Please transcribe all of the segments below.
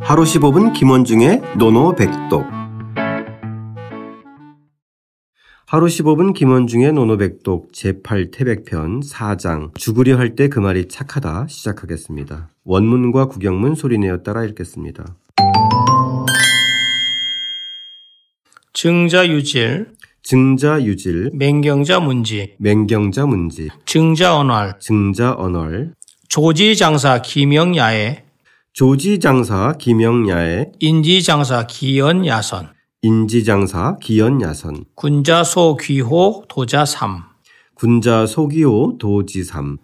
하루 15분 김원중의 노노백독 하루 15분 김원중의 노노백독 제8태백편 4장 죽으려 할 때 그 말이 착하다 시작하겠습니다. 원문과 구경문 소리내어 따라 읽겠습니다. 증자 유질, 증자유질, 맹경자 문지, 맹경자 문지, 증자 언활, 증자 언얼, 조지 장사 김영야의 조지장사 김영야의 인지 장사 기연 야선, 인지장사 기연야선, 군자 소 귀호 도자 삼, 군자 소기호 도지삼,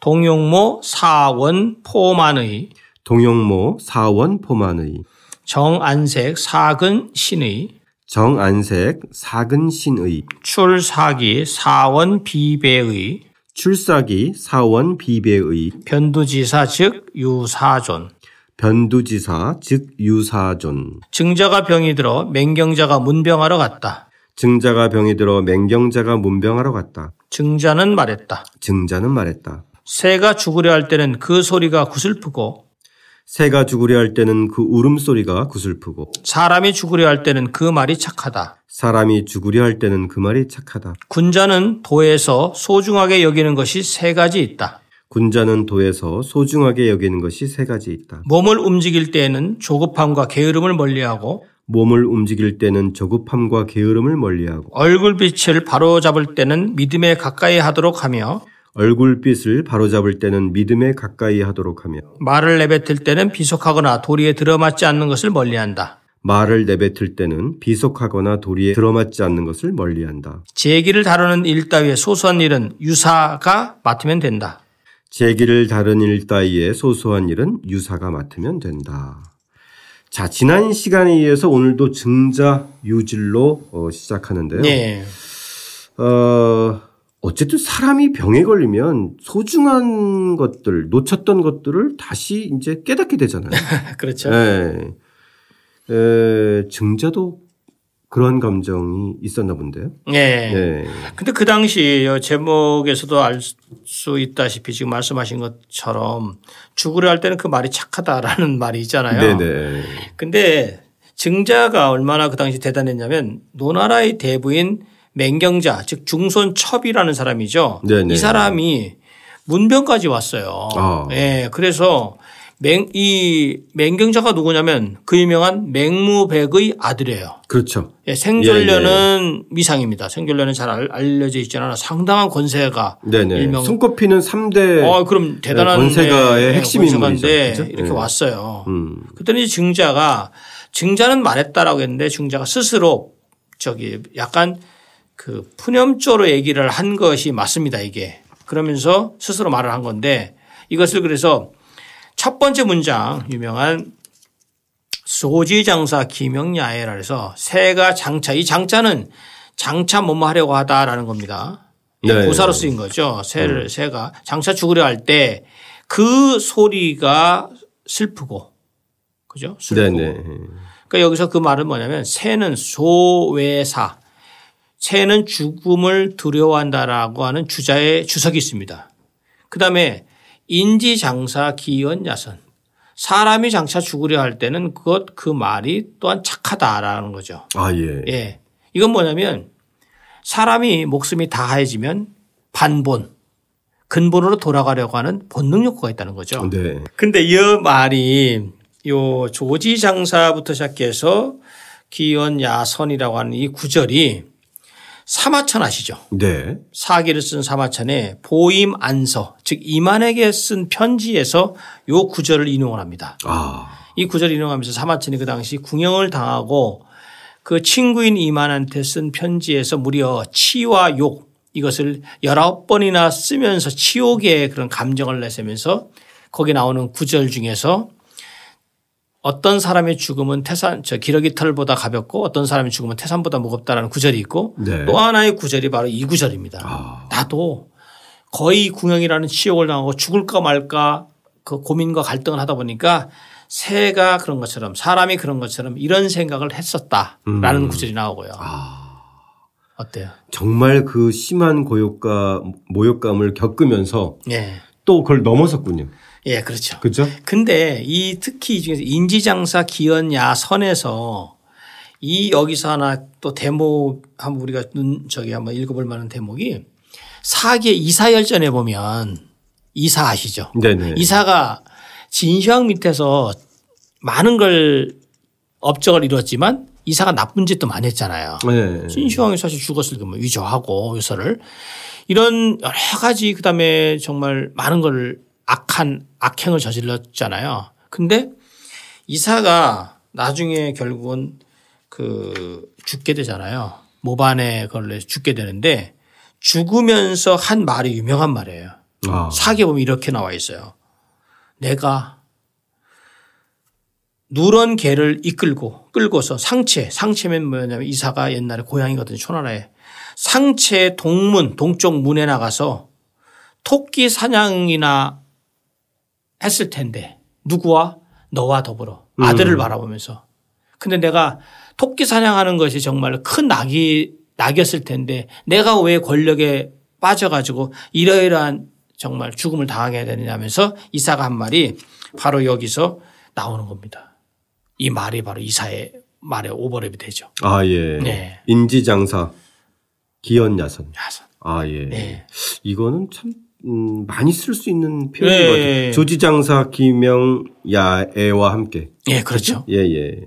동용모 사원 포만의, 동영모 사원 포만의, 정안색 사근 신의, 정안색 사근신의 출사기 사원 비배의, 출사기 사원 비배의 변두지사 즉 유사존. 변두지사 즉 유사존 증자가 병이 들어 맹경자가 문병하러 갔다. 증자가 병이 들어 맹경자가 문병하러 갔다. 증자는 말했다. 증자는 말했다. 새가 죽으려 할 때는 그 소리가 구슬프고 새가 죽으려 할 때는 그 울음소리가 구슬프고 사람이 죽으려 할 때는 그 말이 착하다. 사람이 죽으려 할 때는 그 말이 착하다. 군자는 도에서 소중하게 여기는 것이 세 가지 있다. 군자는 도에서 소중하게 여기는 것이 세 가지 있다. 몸을 움직일 때에는 조급함과 게으름을 멀리하고 몸을 움직일 때는 조급함과 게으름을 멀리하고 얼굴빛을 바로잡을 때는 믿음에 가까이 하도록 하며 얼굴빛을 바로잡을 때는 믿음에 가까이 하도록 하며 말을 내뱉을 때는 비속하거나 도리에 들어맞지 않는 것을 멀리한다. 말을 내뱉을 때는 비속하거나 도리에 들어맞지 않는 것을 멀리한다. 제기를 다루는 일 따위의 소소한 일은 유사가 맡으면 된다. 제기를 다른 일 따위에 소소한 일은 유사가 맡으면 된다. 자, 지난 시간에 이어서 오늘도 증자 유질로 어, 시작하는데요. 예. 어, 어쨌든 사람이 병에 걸리면 소중한 것들, 놓쳤던 것들을 다시 이제 깨닫게 되잖아요. 그렇죠. 예. 에, 증자도 그런 감정이 있었나 본데요. 예. 예. 근데 그 당시 이 제목에서도 알 수 있다시피 지금 말씀하신 것처럼 죽으려 할 때는 그 말이 착하다라는 말이 있잖아요. 네네. 근데 증자가 얼마나 그 당시 대단했냐면 노나라의 대부인 맹경자 즉 중손첩이라는 사람이죠. 네네. 이 사람이 문병까지 왔어요. 아. 예. 그래서 맹, 이 맹경자가 누구냐면 그 유명한 맹무백의 아들이에요. 그렇죠. 예, 예, 생존료는 미상입니다. 생존료는 잘 알- 알려져 있지 않아 상당한 권세가 네네. 일명- 손꼽히는 3대 어 그럼 대단한 네. 네, 권세가의 핵심 권세가인데 인물이죠. 그죠? 이렇게 네. 왔어요. 음. 그랬더니 증자가 증자는 말했다라고 했는데 증자가 스스로 저기 약간 그 푸념조로 얘기를 한 것이 맞습니다 이게 그러면서 스스로 말을 한 건데 이것을 그래서 첫 번째 문장 유명한 소지장사 김영야에라 해서 새가 장차 이 장차는 장차 뭐뭐 하려고 하다라는 겁니다. 예, 네. 고사로 쓰인 거죠. 새를 새가 장차 죽으려 할 때 그 소리가 슬프고 그죠? 슬프고. 네네. 그러니까 여기서 그 말은 뭐냐면 새는 소외사 새는 죽음을 두려워한다라고 하는 주자의 주석이 있습니다. 그다음에 인지장사 기연야선 사람이 장차 죽으려 할 때는 그것 그 말이 또한 착하다라는 거죠. 아, 예. 예. 이건 뭐냐면 사람이 목숨이 다해지면 반본, 근본으로 돌아가려고 하는 본능 욕구가 있다는 거죠. 네. 근데 이 말이 요 조지 장사부터 시작해서 기원 야선이라고 하는 이 구절이 사마천 아시죠? 네. 사기를 쓴 사마천의 보임 안서 즉 이만에게 쓴 편지에서 요 구절을 인용을 합니다. 아. 이 구절을 인용하면서 사마천이 그 당시 궁형을 당하고 그 친구인 이만한테 쓴 편지에서 무려 치와 욕 이것을 19번이나 쓰면서 치욕의 그런 감정을 내세면서 거기 나오는 구절 중에서 어떤 사람의 죽음은 태산, 저 기러기 털보다 가볍고 어떤 사람의 죽음은 태산보다 무겁다라는 구절이 있고 네. 또 하나의 구절이 바로 이 구절입니다. 아. 나도 거의 궁형이라는 치욕을 당하고 죽을까 말까 그 고민과 갈등을 하다 보니까 새가 그런 것처럼 사람이 그런 것처럼 이런 생각을 했었다라는 구절이 나오고요. 어때요? 정말 그 심한 고욕과 모욕감을 겪으면서 예. 또 그걸 넘어섰군요. 예, 그렇죠. 그죠? 근데 이 특히 이 중에서 인지장사 기언야 선에서 이 여기서 하나 또 대목 한번 우리가 눈 저기 한번 읽어볼 만한 대목이 사기의 이사열전에 보면 이사 아시죠? 네네. 이사가 진시황 밑에서 많은 걸 업적을 이뤘지만 이사가 나쁜 짓도 많이 했잖아요. 네. 진시황이 사실 죽었을 경우 위조하고 요서를 이런 여러 가지 그다음에 정말 많은 걸 악한 악행을 저질렀잖아요. 근데 이사가 나중에 결국은 그 죽게 되잖아요. 모반에 걸려 죽게 되는데 죽으면서 한 말이 유명한 말이에요. 아, 사기에 보면 이렇게 나와 있어요. 내가 누런 개를 이끌고 끌고서 상체 상체면 뭐냐면 이사가 옛날에 고향이거든요 초나라에 상체 동문 동쪽 문에 나가서 토끼 사냥이나 했을 텐데 누구와 너와 더불어 아들을 바라보면서 근데 내가 토끼 사냥하는 것이 정말 큰 낙이 낙이었을 텐데 내가 왜 권력에 빠져가지고 이러이러한 정말 죽음을 당하게 되느냐면서 이사가 한 말이 바로 여기서 나오는 겁니다. 이 말이 바로 이사의 말의 오버랩이 되죠. 아, 예. 네. 인지장사 기연야선. 야선. 아, 예. 네. 이거는 참 음, 많이 쓸 수 있는 표현인 예, 것 예, 예. 같아요. 조지장사 기명야애와 함께. 예, 그렇죠. 예, 예.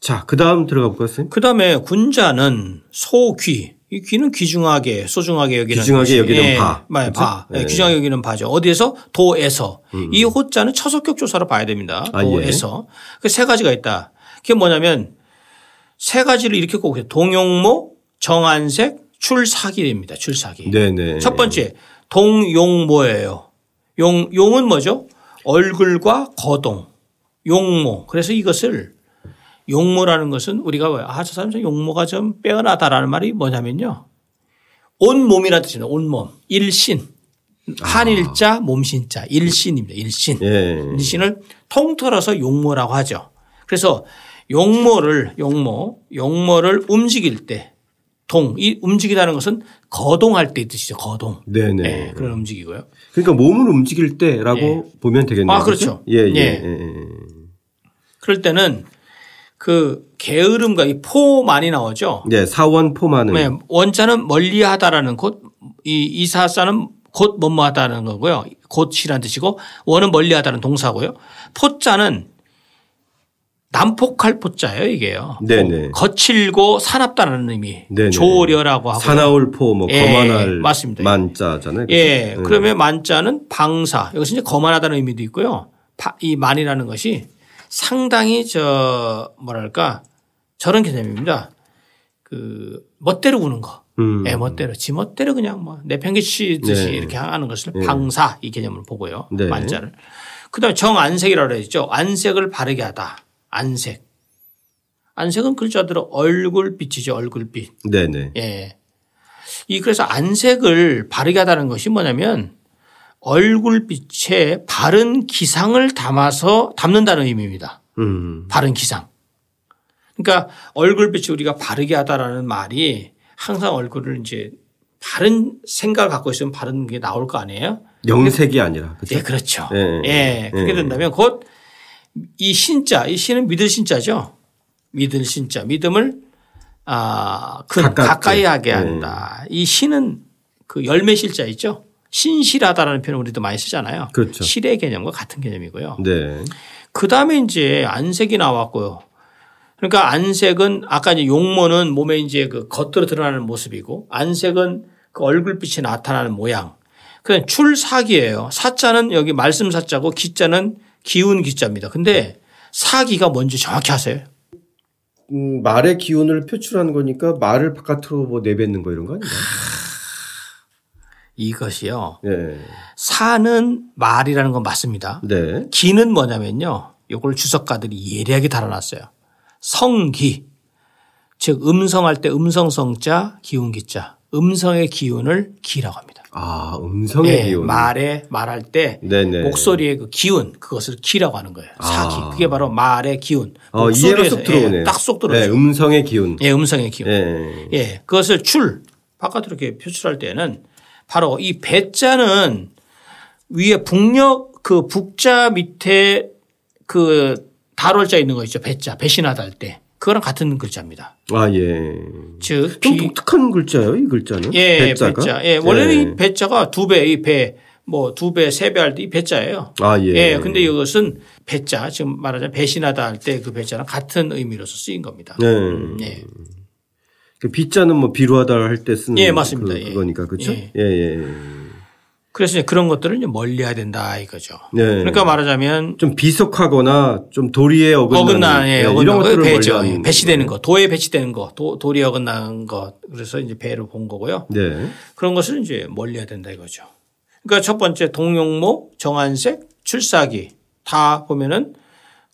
자, 그 다음 들어가 볼까요, 선생님? 그 다음에 군자는 소귀. 이 귀는 귀중하게, 소중하게 여기는. 귀중하게 것이- 여기는 예, 바. 마- 바. 그죠? 예, 예. 음, 귀중하게 여기는 바죠. 어디에서? 도에서. 이 호자는 처석격 조사로 봐야 됩니다. 아, 예. 도에서. 그 세 가지가 있다. 그게 뭐냐면 세 가지를 이렇게 꼽요 동용모, 정안색, 출사기입니다. 출사기. 네네. 첫 번째, 동용모예요. 용, 용은 뭐죠? 얼굴과 거동. 용모. 그래서 이것을 용모라는 것은 우리가 왜, 아, 저 사람 좀 용모가 좀 빼어나다라는 말이 뭐냐면요. 온몸이라 뜻입니다. 온몸. 일신. 한일자, 몸신자. 일신입니다. 일신. 예. 음. 일신을 통틀어서 용모라고 하죠. 그래서 용모를, 용모, 용모를 움직일 때 동, 이 움직이다는 것은 거동할 때 뜻이죠. 거동. 네네. 예, 그런 움직이고요. 그러니까 몸을 움직일 때라고 보면 되겠네요. 아, 그렇죠. 그죠? 예, 예. 예. 예. 예. 그럴 때는 그 게으름과 이 포 많이 나오죠. 예, 사원 포만은. 네, 원자는 멀리하다라는 곳, 이 이사사는 곧 뭐뭐하다는 거고요. 곧이란 뜻이고 원은 멀리하다는 동사고요. 포자는 남폭할 포자예요, 이게요. 네네. 거칠고 사납다는 의미. 네네. 조려라고 하고. 사나울 포, 뭐, 예, 거만할 맞습니다. 만자잖아요. 그렇죠? 그죠? 예. 그러면 만자는 방사. 이것은 이제 거만하다는 의미도 있고요. 파- 이 만이라는 것이 상당히 저 뭐랄까 저런 개념입니다. 그 멋대로 구는 거. 음. 예, 멋대로 지 멋대로 그냥 뭐 내팽개치듯이 네. 이렇게 하는 것을 방사 이 개념을 보고요. 네. 만자를. 그다음에 정안색이라고 했죠. 안색을 바르게 하다. 안색. 안색은 글자대로 얼굴빛이죠. 얼굴빛. 네네. 예. 이 그래서 안색을 바르게 하다는 것이 뭐냐면 얼굴빛에 바른 기상을 담아서 담는다는 의미입니다. 음. 바른 기상. 그러니까 얼굴빛이 우리가 바르게 하다라는 말이 항상 얼굴을 이제 바른 생각을 갖고 있으면 바른 게 나올 거 아니에요? 영색이 아니라. 그죠? 예, 그렇죠. 예. 예. 그렇게 예. 된다면 곧 이 신자, 이 신은 믿을 신자죠. 믿을 신자, 믿음을 아, 근, 가깝게. 가까이 하게 예. 한다. 이 신은 그 열매 실자 있죠. 신실하다라는 표현을 우리도 많이 쓰잖아요. 그렇죠. 실의 개념과 같은 개념이고요. 네. 그 다음에 이제 안색이 나왔고요. 그러니까 안색은 아까 이제 용모는 몸에 이제 그 겉으로 드러나는 모습이고 안색은 그 얼굴빛이 나타나는 모양. 그냥 출사기예요. 사자는 여기 말씀 사자고 기자는 기운 기자입니다. 근데 사기가 뭔지 정확히 아세요? 음, 말의 기운을 표출한 거니까 말을 바깥으로 뭐 내뱉는 거 이런 거 아닌가? 이것이요. 예. 사는 말이라는 건 맞습니다. 네. 기는 뭐냐면요. 이걸 주석가들이 예리하게 달아놨어요. 성기. 즉 음성할 때 음성성자 기운기자. 음성의 기운을 기라고 합니다. 아, 음성의 예, 기운. 말에 말할 때 네네. 목소리의 그 기운 그것을 기라고 하는 거예요. 사기. 아. 그게 바로 말의 기운. 어, 이해가 목소리에서, 쏙 들어오네요. 예, 딱쏙 네, 들어오죠. 음성의 기운. 예, 음성의 기운. 예. 예, 그것을 출 바깥으로 이렇게 표출할 때는 바로 이 배자는 위에 북녘 그 북자 밑에 그 달월자 있는 거 있죠. 배자 배신하다 할 때. 그거랑 같은 글자입니다. 아, 예. 즉 좀 비- 독특한 글자예요, 이 글자는. 예, 배자가? 배자. 예, 원래는 이 배자가 두 배, 이 배, 뭐 두 배, 세 배 할 때 이 배자예요. 아, 예. 예. 근데 이것은 배자, 지금 말하자면 배신하다 할 때 그 배자랑 같은 의미로서 쓰인 겁니다. 네. 예. 그 비자는 뭐 비루하다 할 때 쓰는 예, 맞습니다. 그, 예. 그거니까 그렇죠? 예. 예, 예. 그래서 이제 그런 것들을 이제 멀리해야 된다 이거죠. 네. 그러니까 말하자면 좀 비속하거나 좀 도리에 어긋나는 어긋나, 예, 예, 어긋나 이런 거 것들을 배죠. 멀리하는 네. 예, 배치되는 거, 도에 배치되는 거, 도, 돌이 어긋나는 거. 그래서 이제 배로 본 거고요. 네. 그런 것을 이제 멀리해야 된다 이거죠. 그러니까 첫 번째 동용모, 정한색, 출사기 다 보면은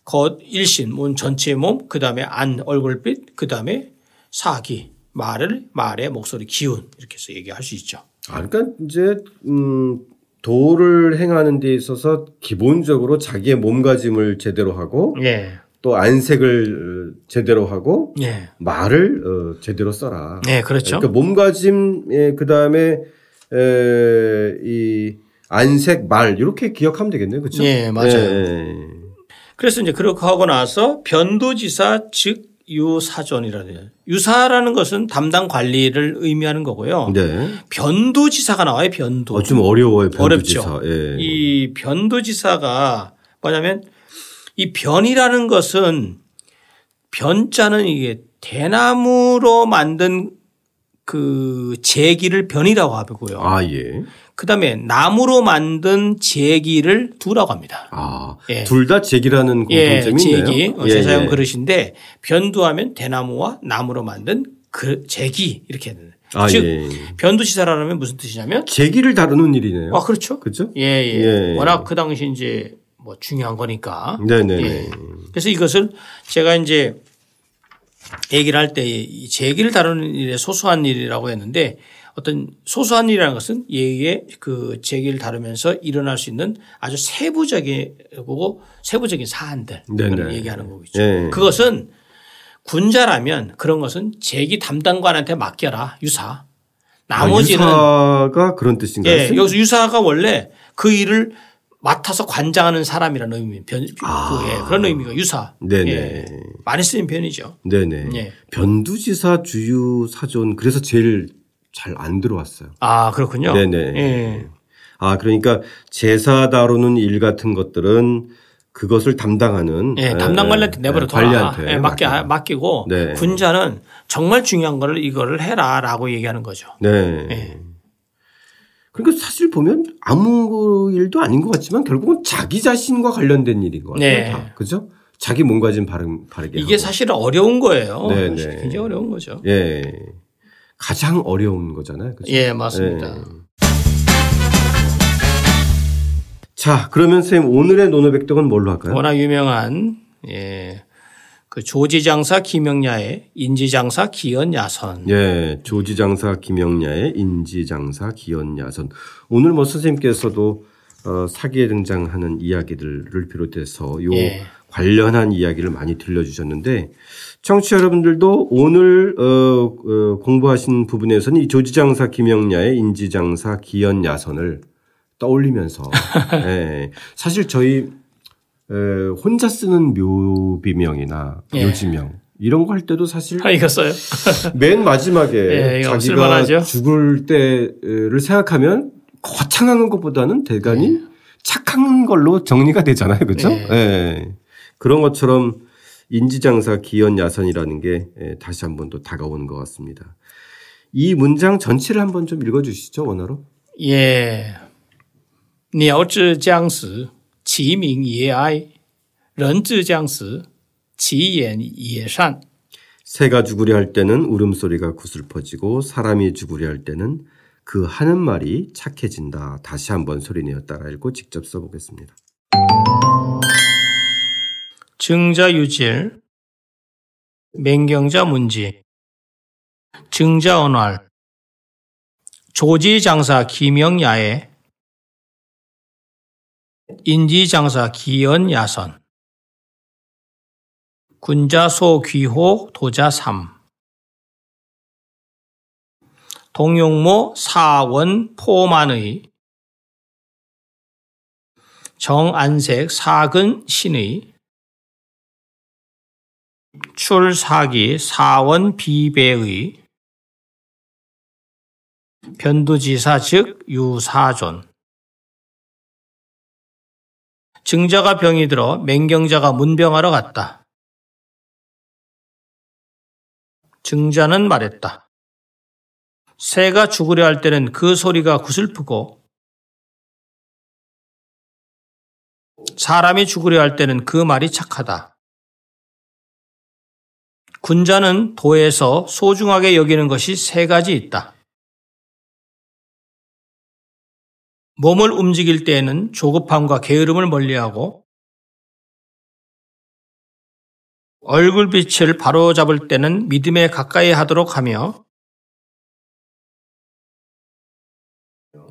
겉 일신 몸 전체 몸 그다음에 안 얼굴빛 그다음에 사기 말을 말의 목소리 기운 이렇게 해서 얘기할 수 있죠. 아, 그러니까 이제 음 도를 행하는 데 있어서 기본적으로 자기의 몸가짐을 제대로 하고 예. 또 안색을 어, 제대로 하고 예. 말을 어, 제대로 써라. 네, 그렇죠. 그러니까 몸가짐 그 다음에 이 안색 말 이렇게 기억하면 되겠네요, 그렇죠? 예, 맞아요. 예. 그래서 이제 그렇게 하고 나서 변도지사 즉 유사전이라는 유사라는 것은 담당 관리를 의미하는 거고요. 네. 변도지사가 나와요. 변도. 어, 좀 어려워요, 어렵죠. 변두지사. 예. 이 변도지사가 뭐냐면 이 변이라는 것은 변자는 이게 대나무로 만든 그 제기를 변이라고 하고요. 아 예. 그다음에 나무로 만든 제기를 두라고 합니다. 아, 예. 둘 다 제기라는 예, 공통점이 제기. 있네요. 예. 어, 제사용 그릇인데 변두하면 대나무와 나무로 만든 그 제기 이렇게 해야 되는. 아, 즉 예. 변두지사라면 무슨 뜻이냐면 제기를 다루는 일이네요. 아 그렇죠. 그렇죠? 예, 예. 예. 워낙 그 당시 이제 뭐 중요한 거니까. 네, 네, 네. 예. 그래서 이것을 제가 이제 얘기를 할 때 이 제기를 다루는 일의 소소한 일이라고 했는데 어떤 소소한 일이라는 것은 얘의 그 제기를 다루면서 일어날 수 있는 아주 세부적이고 세부적인 사안들 네네. 그런 얘기하는 거겠죠. 예. 그것은 군자라면 그런 것은 제기 담당관한테 맡겨라 유사. 나머지는 아, 유사가 그런 뜻인가요? 예, 여기서 유사가 원래 그 일을 맡아서 관장하는 사람이라는 의미, 변, 그, 예, 그런 의미가 유사. 아. 네네. 예, 많이 쓰는 편이죠. 네네. 예. 변두지사 주유 사전 그래서 제일 잘 안 들어왔어요. 아, 그렇군요. 네네. 예. 아 그러니까 제사 다루는 일 같은 것들은 그것을 담당하는 예, 담당 관리한테 내버려 둬라. 아, 관리한테 예, 맡기, 맡기라. 맡기고 네. 군자는 정말 중요한 거를 이거를 해라라고 얘기하는 거죠. 네. 예. 그러니까 사실 보면 아무 일도 아닌 것 같지만 결국은 자기 자신과 관련된 일인 것 같아요. 네. 다. 그죠? 자기 몸가짐 바른, 바르게. 이게 하고. 사실 어려운 거예요. 예. 네네. 사실 굉장히 어려운 거죠. 예. 가장 어려운 거잖아요. 그죠? 예, 맞습니다. 예. 자, 그러면 선생님 오늘의 노노백덕은 뭘로 할까요? 워낙 유명한 예. 그 조지장사 김영야의 인지장사 기연야선 예, 조지장사 김영야의 인지장사 기연야선. 오늘 뭐 선생님께서도 어, 사기에 등장하는 이야기들을 비롯해서 요 예. 관련한 이야기를 많이 들려주셨는데 청취자 여러분들도 오늘 어, 어, 공부하신 부분에서는 이 조지장사 김영야의 인지장사 기연야선을 떠올리면서 예, 사실 저희 에, 혼자 쓰는 묘비명이나 예. 묘지명 이런 거 할 때도 사실 아, 이거 써요? 맨 마지막에 예, 이거 자기가 쓸만하죠. 죽을 때를 생각하면 거창한 것보다는 대단히 착한 걸로 정리가 되잖아요. 그렇죠? 예. 예. 그런 것처럼 인지장사 기연 야선이라는 게 예, 다시 한 번 더 다가오는 것 같습니다. 이 문장 전체를 한번 좀 읽어 주시죠, 원어로. 也，鸟至将死，其鸣也哀；人至将死，其言也善。 새가 죽으려 할 때는 울음소리가 구슬퍼지고 사람이 죽으려 할 때는 그 하는 말이 착해진다. 다시 한번 소리내어 따라 읽고 직접 써보겠습니다. 증자 유질, 맹경자 문지, 증자 언활, 조지 장사 김영야의 인지 장사 기연 야선, 군자 소 귀호 도자 삼, 동용모 사원 포만의 정안색 사근 신의 출사기 사원 비배의 변두지사 즉 유사존 증자가 병이 들어 맹경자가 문병하러 갔다. 증자는 말했다. 새가 죽으려 할 때는 그 소리가 구슬프고 사람이 죽으려 할 때는 그 말이 착하다. 군자는 도에서 소중하게 여기는 것이 세 가지 있다. 몸을 움직일 때에는 조급함과 게으름을 멀리하고 얼굴빛을 바로잡을 때는 믿음에 가까이 하도록 하며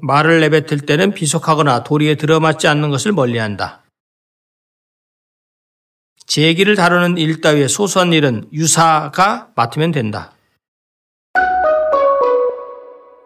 말을 내뱉을 때는 비속하거나 도리에 들어맞지 않는 것을 멀리한다. 제기를 다루는 일 따위의 소소한 일은 유사가 맡으면 된다.